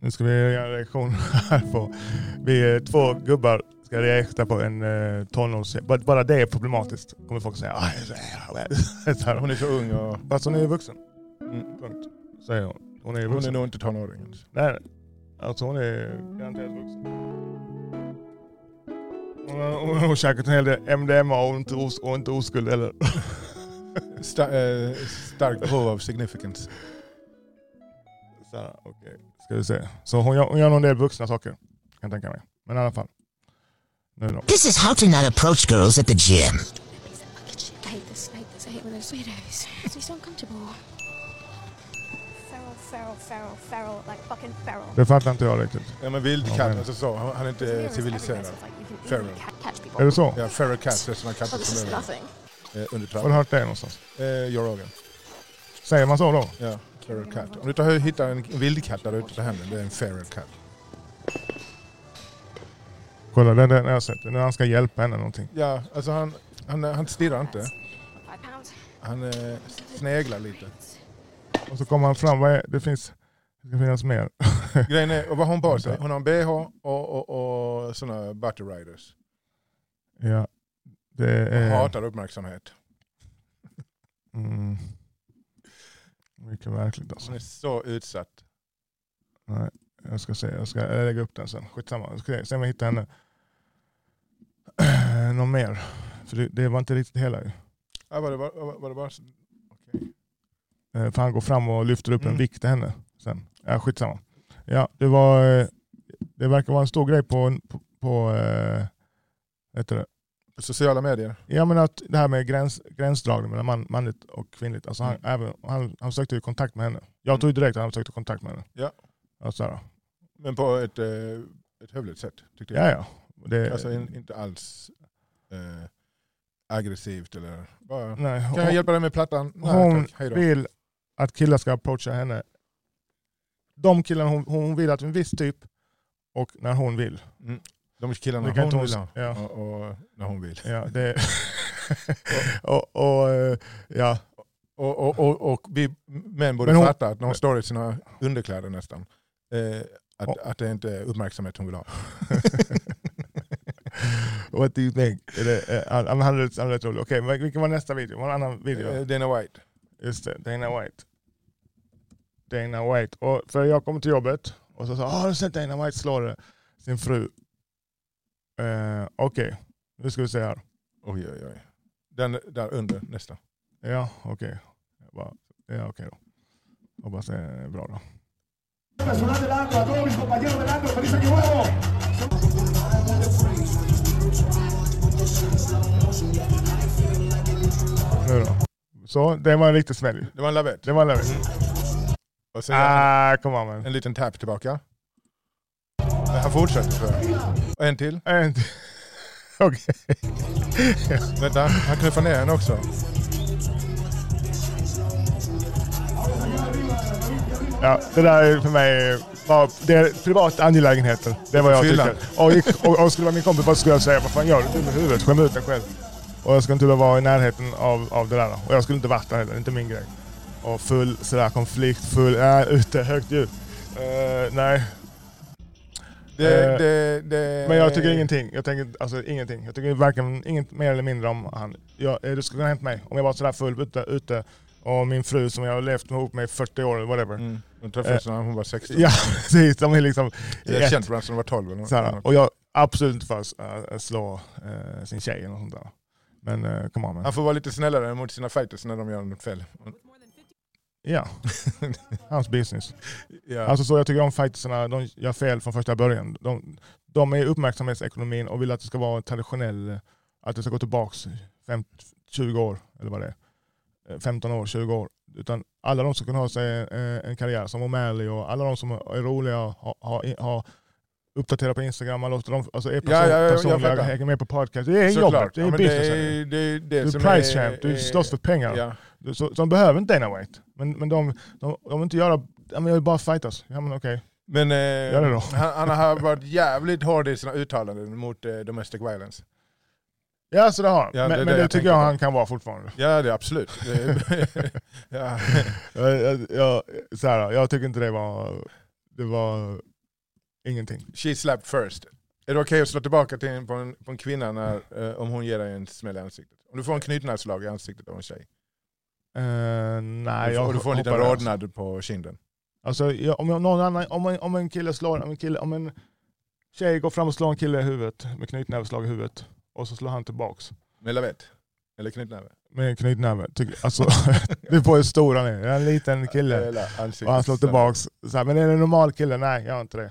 Nu ska vi göra en reaktion här på. Vi är två gubbar ska reagera på en eh, tonårs... Bara- Bara det är problematiskt. Kommer folk säga. "Ah, så här." Så här, Hon är så ung och Fast hon är vuxen. Mm. Punkt. Säger hon. Hon är hon är vuxen. nog inte tonåring. ens. Nej. Alltså hon är garanterat vuxen. Hon har- Hon har käkat en hel del MDMA och inte, os- och inte oskuld eller. Sta- eh, starkt behov av significance. Så här, okej. Ska vi se. Så hon gör, hon gör nog en del vuxna saker. Kan jag tänka mig. Men i alla fall. Nu då. This is how to not approach girls at the gym. I hate this. I hate this. I hate when there's weirdos. It's just uncomfortable. Feral, feral, feral, feral, like fucking feral. Det fattar inte jag riktigt. Ja men Ja, vildkatt, men- alltså så. Han han är inte civiliserad. Feral. Catch people. Är det så? Ja, feral cats är sådana katter Oh, this som is lever nothing. eh, under Har du trappan. hört det någonstans? Eh, Joe Rogan. Säger man så då? Ja, feral cat. Om du tar, hittar en vildkatt där ute på handen, det är en feral cat. Kolla, den, den har jag sett. Nu han ska hjälpa henne någonting. Ja, alltså han, han, han stirrar inte. Five pounds. Han eh, sneglar lite. Och så kommer han fram. Vad är, det finns... Det ska finnas mer. Grejen är, och vad hon på Alltså. sig, hon har en bh och, och, och sådana butter riders. ja. Det Hon är... hatar uppmärksamhet. Mm, mycket märkligt alltså. Hon är så utsatt. Nej, jag ska se, jag ska lägga upp den sen. Skitsamma, jag ska se om jag hittar henne. Någon mer? För det, det var inte riktigt hela Eh, ju. Ja, var det bara... Var, var det bara okej. Eh, För han går fram och lyfter upp en Mm. vikt till henne sen. Ja, skitsamma. Ja, det var... eh, Det verkar vara en stor grej på... på, på eh, vad heter det? På Sociala medier. Ja men att det här med gräns, gränsdragning mellan man, manligt och kvinnligt. Alltså Mm. han, även, han, han sökte ju kontakt med henne. Jag tog ju direkt att han sökte kontakt med henne. Ja. Alltså, ja, Men på ett, eh, ett hövligt sätt, tyckte jag. ja. Det, Alltså in, inte alls eh, aggressivt eller bara... nej, Kan jag hjälpa dig med plattan? Nej, Hon tack. Hej då. vill att killar ska approacha henne. De killarna hon, hon vill att en viss typ och när hon vill. De killarna Det kan inte hon hon, vill ha. ja, Och, och när hon vill. ja, det, och, och, eh, ja, Och, och, och, och vi män borde Men hon- fatta att när hon står i sina underkläder nästan, eh, att, Ja. att det inte är uppmärksamhet hon vill ha. what do you think? Eller, eh, han, han hade han hade rätt roligt. Okej, men vilken var nästa video? Var det en annan video? Eh, Dana White. Just det, Dana White. Dana White. Och för jag kom till jobbet och så sa jag, har du sett Dana White slå det? sin fru? Eh, Okej, nu ska vi se här. Oj, oj, oj. Den där under, nästa. Ja, okej. Jag bara, Ja, okej då. Hoppas det är "Eh, bra då. Nu då. Så, det var en riktig smäll. Det var en lavett. Det var en level. Och sen Ah, kom on man. en liten tap tillbaka. Men han fortsätter tror jag. Och en till. En till. Eh, Okej. Vänta, han knuffar ner henne också. Ja, det där är för mig bara, det är privat angelägenheter. Det är vad jag Fyllan. tycker. Och, och, och skulle vara min kompis vad skulle jag säga? Vad fan gör du? Du är med huvudet. Skäm ut dig själv. Och jag skulle inte vilja vara i närheten av, av det där. då. Och jag skulle inte varit där heller. Inte min grej. Och full sådär konflikt, full, äh, ute, högt ljud. Eh, nej, Det, Eh, det, det, men jag tycker ingenting. Jag tänker alltså ingenting. Jag tycker verkligen inget mer eller mindre om han. Jag, eh, det skulle kunna hänt mig om jag var sådär full ute, ute och min fru som jag har levt ihop med i 40 år eller whatever. Mm. De träffades när hon var 16. Eh, Ja, precis. De är liksom... Jag har känt varandra sedan de var 12. Eller något. Mm. Så här, och jag är absolut inte för att eh, slå eh, sin tjej eller något sånt där. Men uh, come on man. Han får vara lite snällare mot sina fighters när de gör något fel. Ja, hans business. Ja. Alltså så jag tycker om fightersarna, de gör fel från första början. De, de är i uppmärksamhetsekonomin och vill att det ska vara en traditionell, att det ska gå tillbaks fem, 20 år eller vad det är. Eh, 15 år, 20 år. Utan alla de som kan ha sig eh, en karriär som O'Malley och alla de som är roliga och har, har, har uppdaterat på Instagram, alla de, alltså är person, Ja, ja, ja, jag personliga, fattar. hänger med på podcast. Det är Såklart. jobbet, det är Ja, men business. Det är, det är det Du är som price är- champ, du är- slåss för pengar. Ja. Du- Så, så de behöver inte Dana White. Men, men de, de, de vill inte göra... Ja, men jag vill bara fightas. Ja men okej. Men eh, det då. han, han har varit jävligt hård i sina uttalanden mot eh, domestic violence. Ja så det har han. Ja, det är men det, det men det jag tycker tänker jag på. han kan vara fortfarande. Ja, det är absolut. Det är- ja. Jag, jag, jag, så här, jag tycker inte det var... Det var Ingenting. She slapped first. Är det okej att slå tillbaka till en, på, en, på en kvinna när, eh, om hon ger dig en smäll i ansiktet? Om du får en knytnävsslag i ansiktet av en tjej. Eh, nej, Nej, och jag du får en liten hoppar över. rodnad på kinden. Alltså, jag, om, jag, någon annan, om, en, om en kille slår, om en, kille, om en tjej går fram och slår en kille i huvudet med knytnäveslag i huvudet och så slår han tillbaks Med lavett? Eller knytnäve? med en knytnäve. Tycker- Alltså, det är på hur stor han är. Jag är en liten kille. Eller ansiktet. Och han slår tillbaks. Så här, men är det en normal kille? Nej, jag är inte det.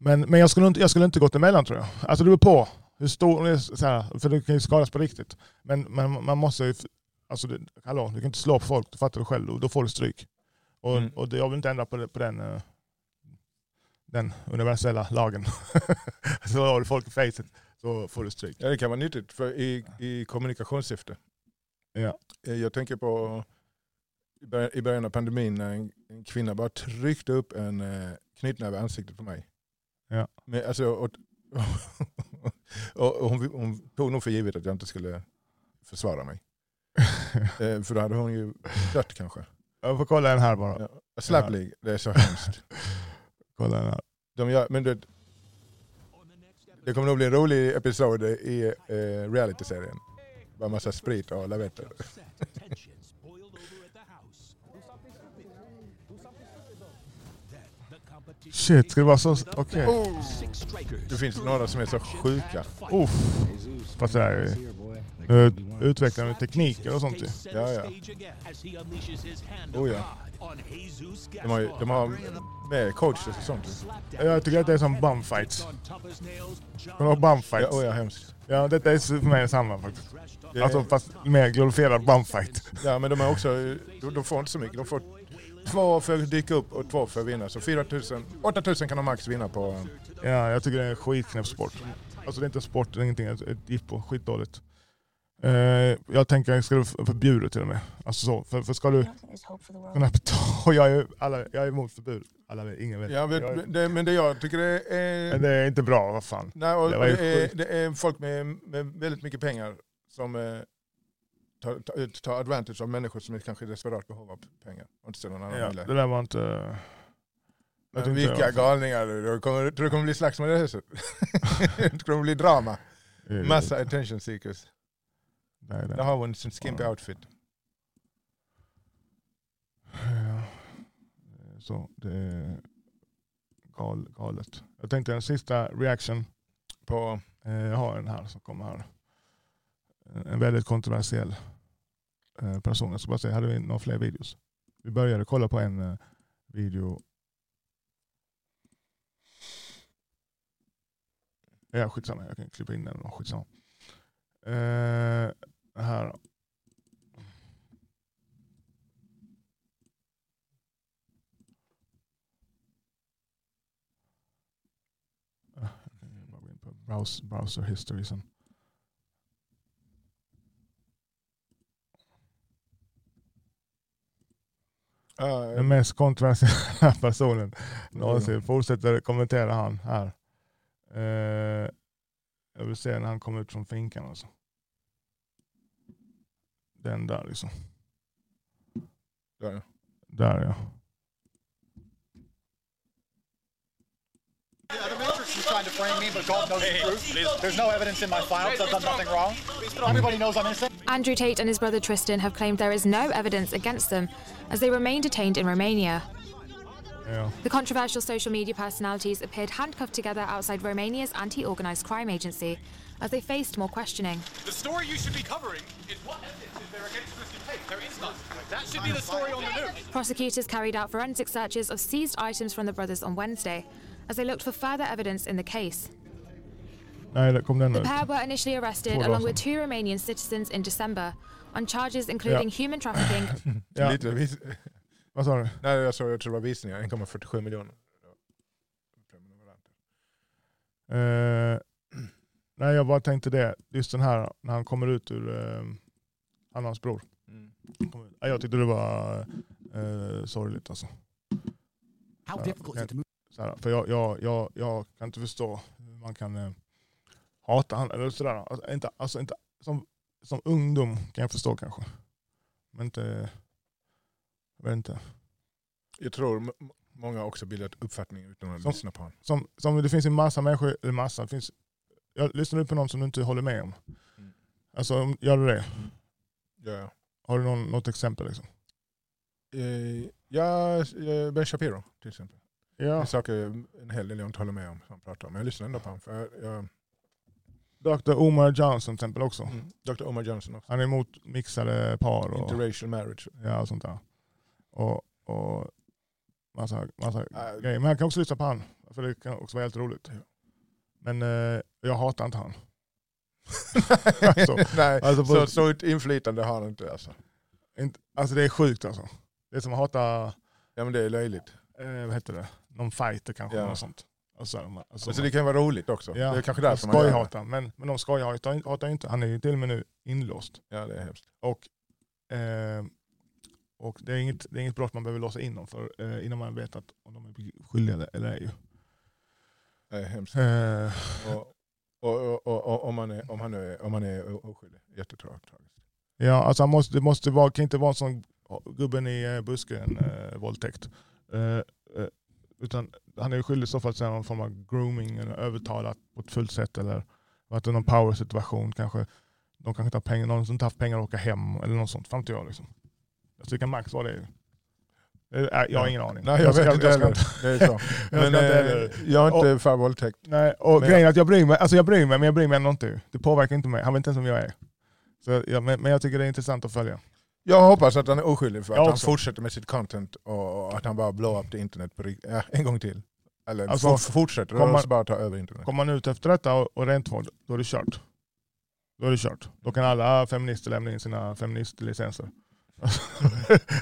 Men, men jag, skulle inte, jag skulle inte gått emellan tror jag. Alltså det beror på hur stor hon är, så här, för du kan ju skadas på riktigt. Men, men man måste ju, alltså det, hallå, du kan inte slå på folk, du fattar du själv, och då får du stryk. Och, Mm. och det, jag vill inte ändra på, det, på den, eh, den universella lagen. Slår du folk i facet så får du stryk. Ja, det kan vara nyttigt för i, i kommunikationssyfte. Ja. Eh, Jag tänker på i början- i början av pandemin när en, en kvinna bara tryckte upp en eh, knytnäve i ansiktet på mig. Ja. Men, alltså, och, och, och hon, hon tog nog för givet att jag inte skulle försvara mig. Eh, för då hade hon ju dött kanske. Jag får kolla en här bara. Ja. Slap Ja. League, det är så hemskt. Kolla en här. De gör, men det, det kommer nog bli en rolig episod i eh, realityserien. Bara massa sprit och lavetter. tensions boiled over at the house. Do something stupid. Do something stupid though. Then the competition. Shit, ska det vara så? Okej. Six strikers. Det finns några som är så sjuka. Uff. Fast det här är ju- nu utvecklar de tekniker och sånt ju. Ja, ja. Oh, ja. De har, ju- de har med coacher och sånt. Jag tycker att det är som bumfights. De har Ja, bumfights. oh Ja, ja, hemskt. detta är för mig samma faktiskt. Det, Alltså fast mer glorifierad bumfight. ja, men de är också, de, de får inte så mycket. De får två för att dyka upp och två för att vinna. Så 4 000, 8 000 kan de max vinna på. Ja, jag tycker det är en skitknäpp sport. Alltså det är inte en sport, det är ingenting. Ett ett jippo, skitdåligt. Eh, jag tänker, ska det förbjudet till och med? Alltså så, för, för ska du Nothing is hope for the world. kunna betala... Jag är, ju- alla, jag är emot förbud. Alla vet, ingen vet. Ja, jag, men det, men det jag tycker det är... men det är inte bra, vad fan. Nej, Det och det, var ju sjukt. är, det är folk med, med väldigt mycket pengar som eh, tar, tar, tar advantage av människor som är kanske i desperat behov av pengar. Och inte ser någon annan Ja, möjlighet. det där var inte... jag Men tyckte vilka jag- galningar. du- du kommer- Tror du det kommer bli slagsmål i det huset? det kommer bli drama. Massa attention seekers. Nej, Där det. har hon sin skimpy outfit. Ja. Så det är gal, galet. Jag tänkte en sista reaction. På, Eh, Jag har en här som kommer här. En väldigt kontroversiell eh, person. Jag ska bara säga, hade vi några fler videos? Vi började kolla på en eh, video. Ja, skitsamma. Jag kan klippa in den. då. Skitsamma. Eh, här då. Ah, jag kan bara gå in på Browse, browser history sen. ja, Den mest kontroversiella personen någonsin. Fortsätter kommentera han här. Eh, jag vill se när han kommer ut från finkan alltså. Den där liksom. där. Där ja. Adventurous is trying to frame me, but God knows the truth. There's no evidence in my files. I've done nothing wrong. Everybody knows I'm innocent. Andrew Tate and his brother Tristan have claimed there is no evidence against them as they remain detained in Romania. ja. The controversial social media personalities appeared handcuffed together outside Romania's anti organised crime agency as they faced more questioning. The story you should be covering is what evidence is there against Mr. Tate? There is none. That should be the story on the news. Prosecutors carried out forensic searches of seized items from the brothers on Wednesday as they looked for further evidence in the case. Nej, där kom den The ut. pair were initially arrested Hold on. along with two Romanian citizens in December on charges including human trafficking, Ja, Lite vis- vad sa du? Nej, jag såg, jag tror det var visningar. 1,47 miljoner. Eh, nej, jag bara tänkte det. Just den här när han kommer ut ur eh, han och hans bror. Mm. Kommer ut. Ja, Jag tyckte det var eh, sorgligt alltså. How Ja, difficult is it to move Så här, för jag, jag, jag, jag kan inte förstå hur man kan eh, hata han eller sådär. Alltså, inte, alltså, inte, som, som ungdom kan jag förstå kanske. Men inte... Jag vet inte. Jag tror m- m- många också bildat uppfattning utan att Som- lyssna på honom. som, som det finns en massa människor, eller massa, det finns, jag lyssnar du på någon som du inte håller med om? Mm. Alltså om- gör du det? Ja, ja. Har du någon, något exempel? Liksom? Eh, ja, eh, Ben Shapiro till exempel. Det Ja. är saker en hel del jag inte håller med om som han pratar om. Men jag lyssnar ändå på honom. För jag, jag, Dr. Omar Johnson till exempel Mm. också. Dr. Omar Johnson också. Han är emot mixade par och, Interracial marriage. ja, och sånt där. Och, och massa, massa Ah. grejer. Men han kan också lyssna på han. För det kan också vara helt roligt. Men eh, jag hatar inte han. Alltså, Nej, alltså på- så, så ett inflytande har han inte alltså. Inte, alltså det är sjukt alltså. Det är som att hata, Ja men det är löjligt. eh, vad heter det, någon fighter kanske. Ja. Något sånt. Alltså, så här, alltså, Alltså det kan vara roligt också. Ja, Det är kanske de därför man gör det. skojhatar han, men, men de skojhatar hatar ju inte. Han är ju till och med nu inlåst. Ja det är hemskt. Och, eh, och det, är inget, det är inget brott man behöver låsa in dem för eh, innan man vet att om de är skyldiga eller- eller ej. Det är hemskt. Eh, Och, och, och, och, och om, han är, om, han nu är, om han är oskyldig. Jättetragiskt. ja, alltså han måste, det måste vara, kan inte vara en sån gubben i eh, busken eh, våldtäkt. Eh, eh, utan han är ju skyldig i så fall till någon form av grooming eller övertalat på ett fullt sätt eller varit i någon power-situation kanske. De kanske inte har pengar, någon som inte haft pengar att åka hem eller något sånt. Fan inte jag liksom. Alltså det kan max vara det. Eh, nej, Jag har ingen aning. Nej jag ska- vet inte jag ska heller. Det är så. Jag Men ska inte eh, heller. jag är inte för våldtäkt. Nej, och Men grejen är att jag bryr mig, alltså jag bryr mig, men jag bryr mig ändå inte. Det påverkar inte mig, han vet inte ens vem jag är. Så, ja, men, men jag tycker det är intressant att följa. Jag hoppas att han är oskyldig för att Jag han också. fortsätter med sitt content och att han bara blow up det internet på rikt- ja, en gång till. Eller Alltså, f- fortsätter kommer- och så bara ta över internet. Kommer man ut efter detta och, och rentvår, då är det kört. Då är det kört. Då kan alla feminister lämna in sina feministlicenser.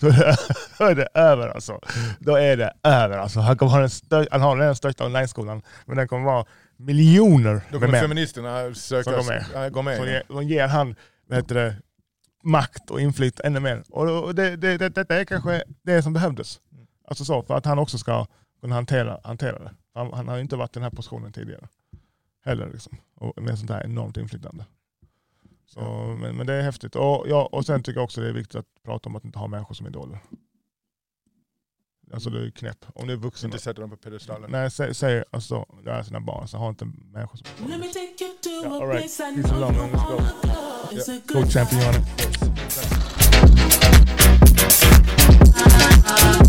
då, är det, då är det över alltså. Då är det över alltså. Han kommer ha den, stö- han har den största online-skolan, men den kommer vara miljoner Då med kommer män. feministerna söka... Så gå med. Ja, gå med. Som ger, som ger han vad heter det, makt och inflytande ännu mer. Och då- och det, det, det, detta är kanske det som behövdes. Alltså så, för att han också ska kunna hantera, hantera det. Han, han har ju inte varit i den här positionen tidigare. Heller liksom. Och med sånt här enormt inflytande. Så, men, men det är häftigt. Och, ja, och sen tycker jag också det är viktigt att prata om att inte ha människor som idoler. Alltså du är knäpp. Om du är vuxen. Inte sätter dem på pedestalen. Nej, säg, säg alltså, det är sina barn. Så ha inte människor som idoler. Let me take you to Yeah, a all right. place I Peace and know love, you man. Let's go. wanna go. It's a Go good champion. Yes.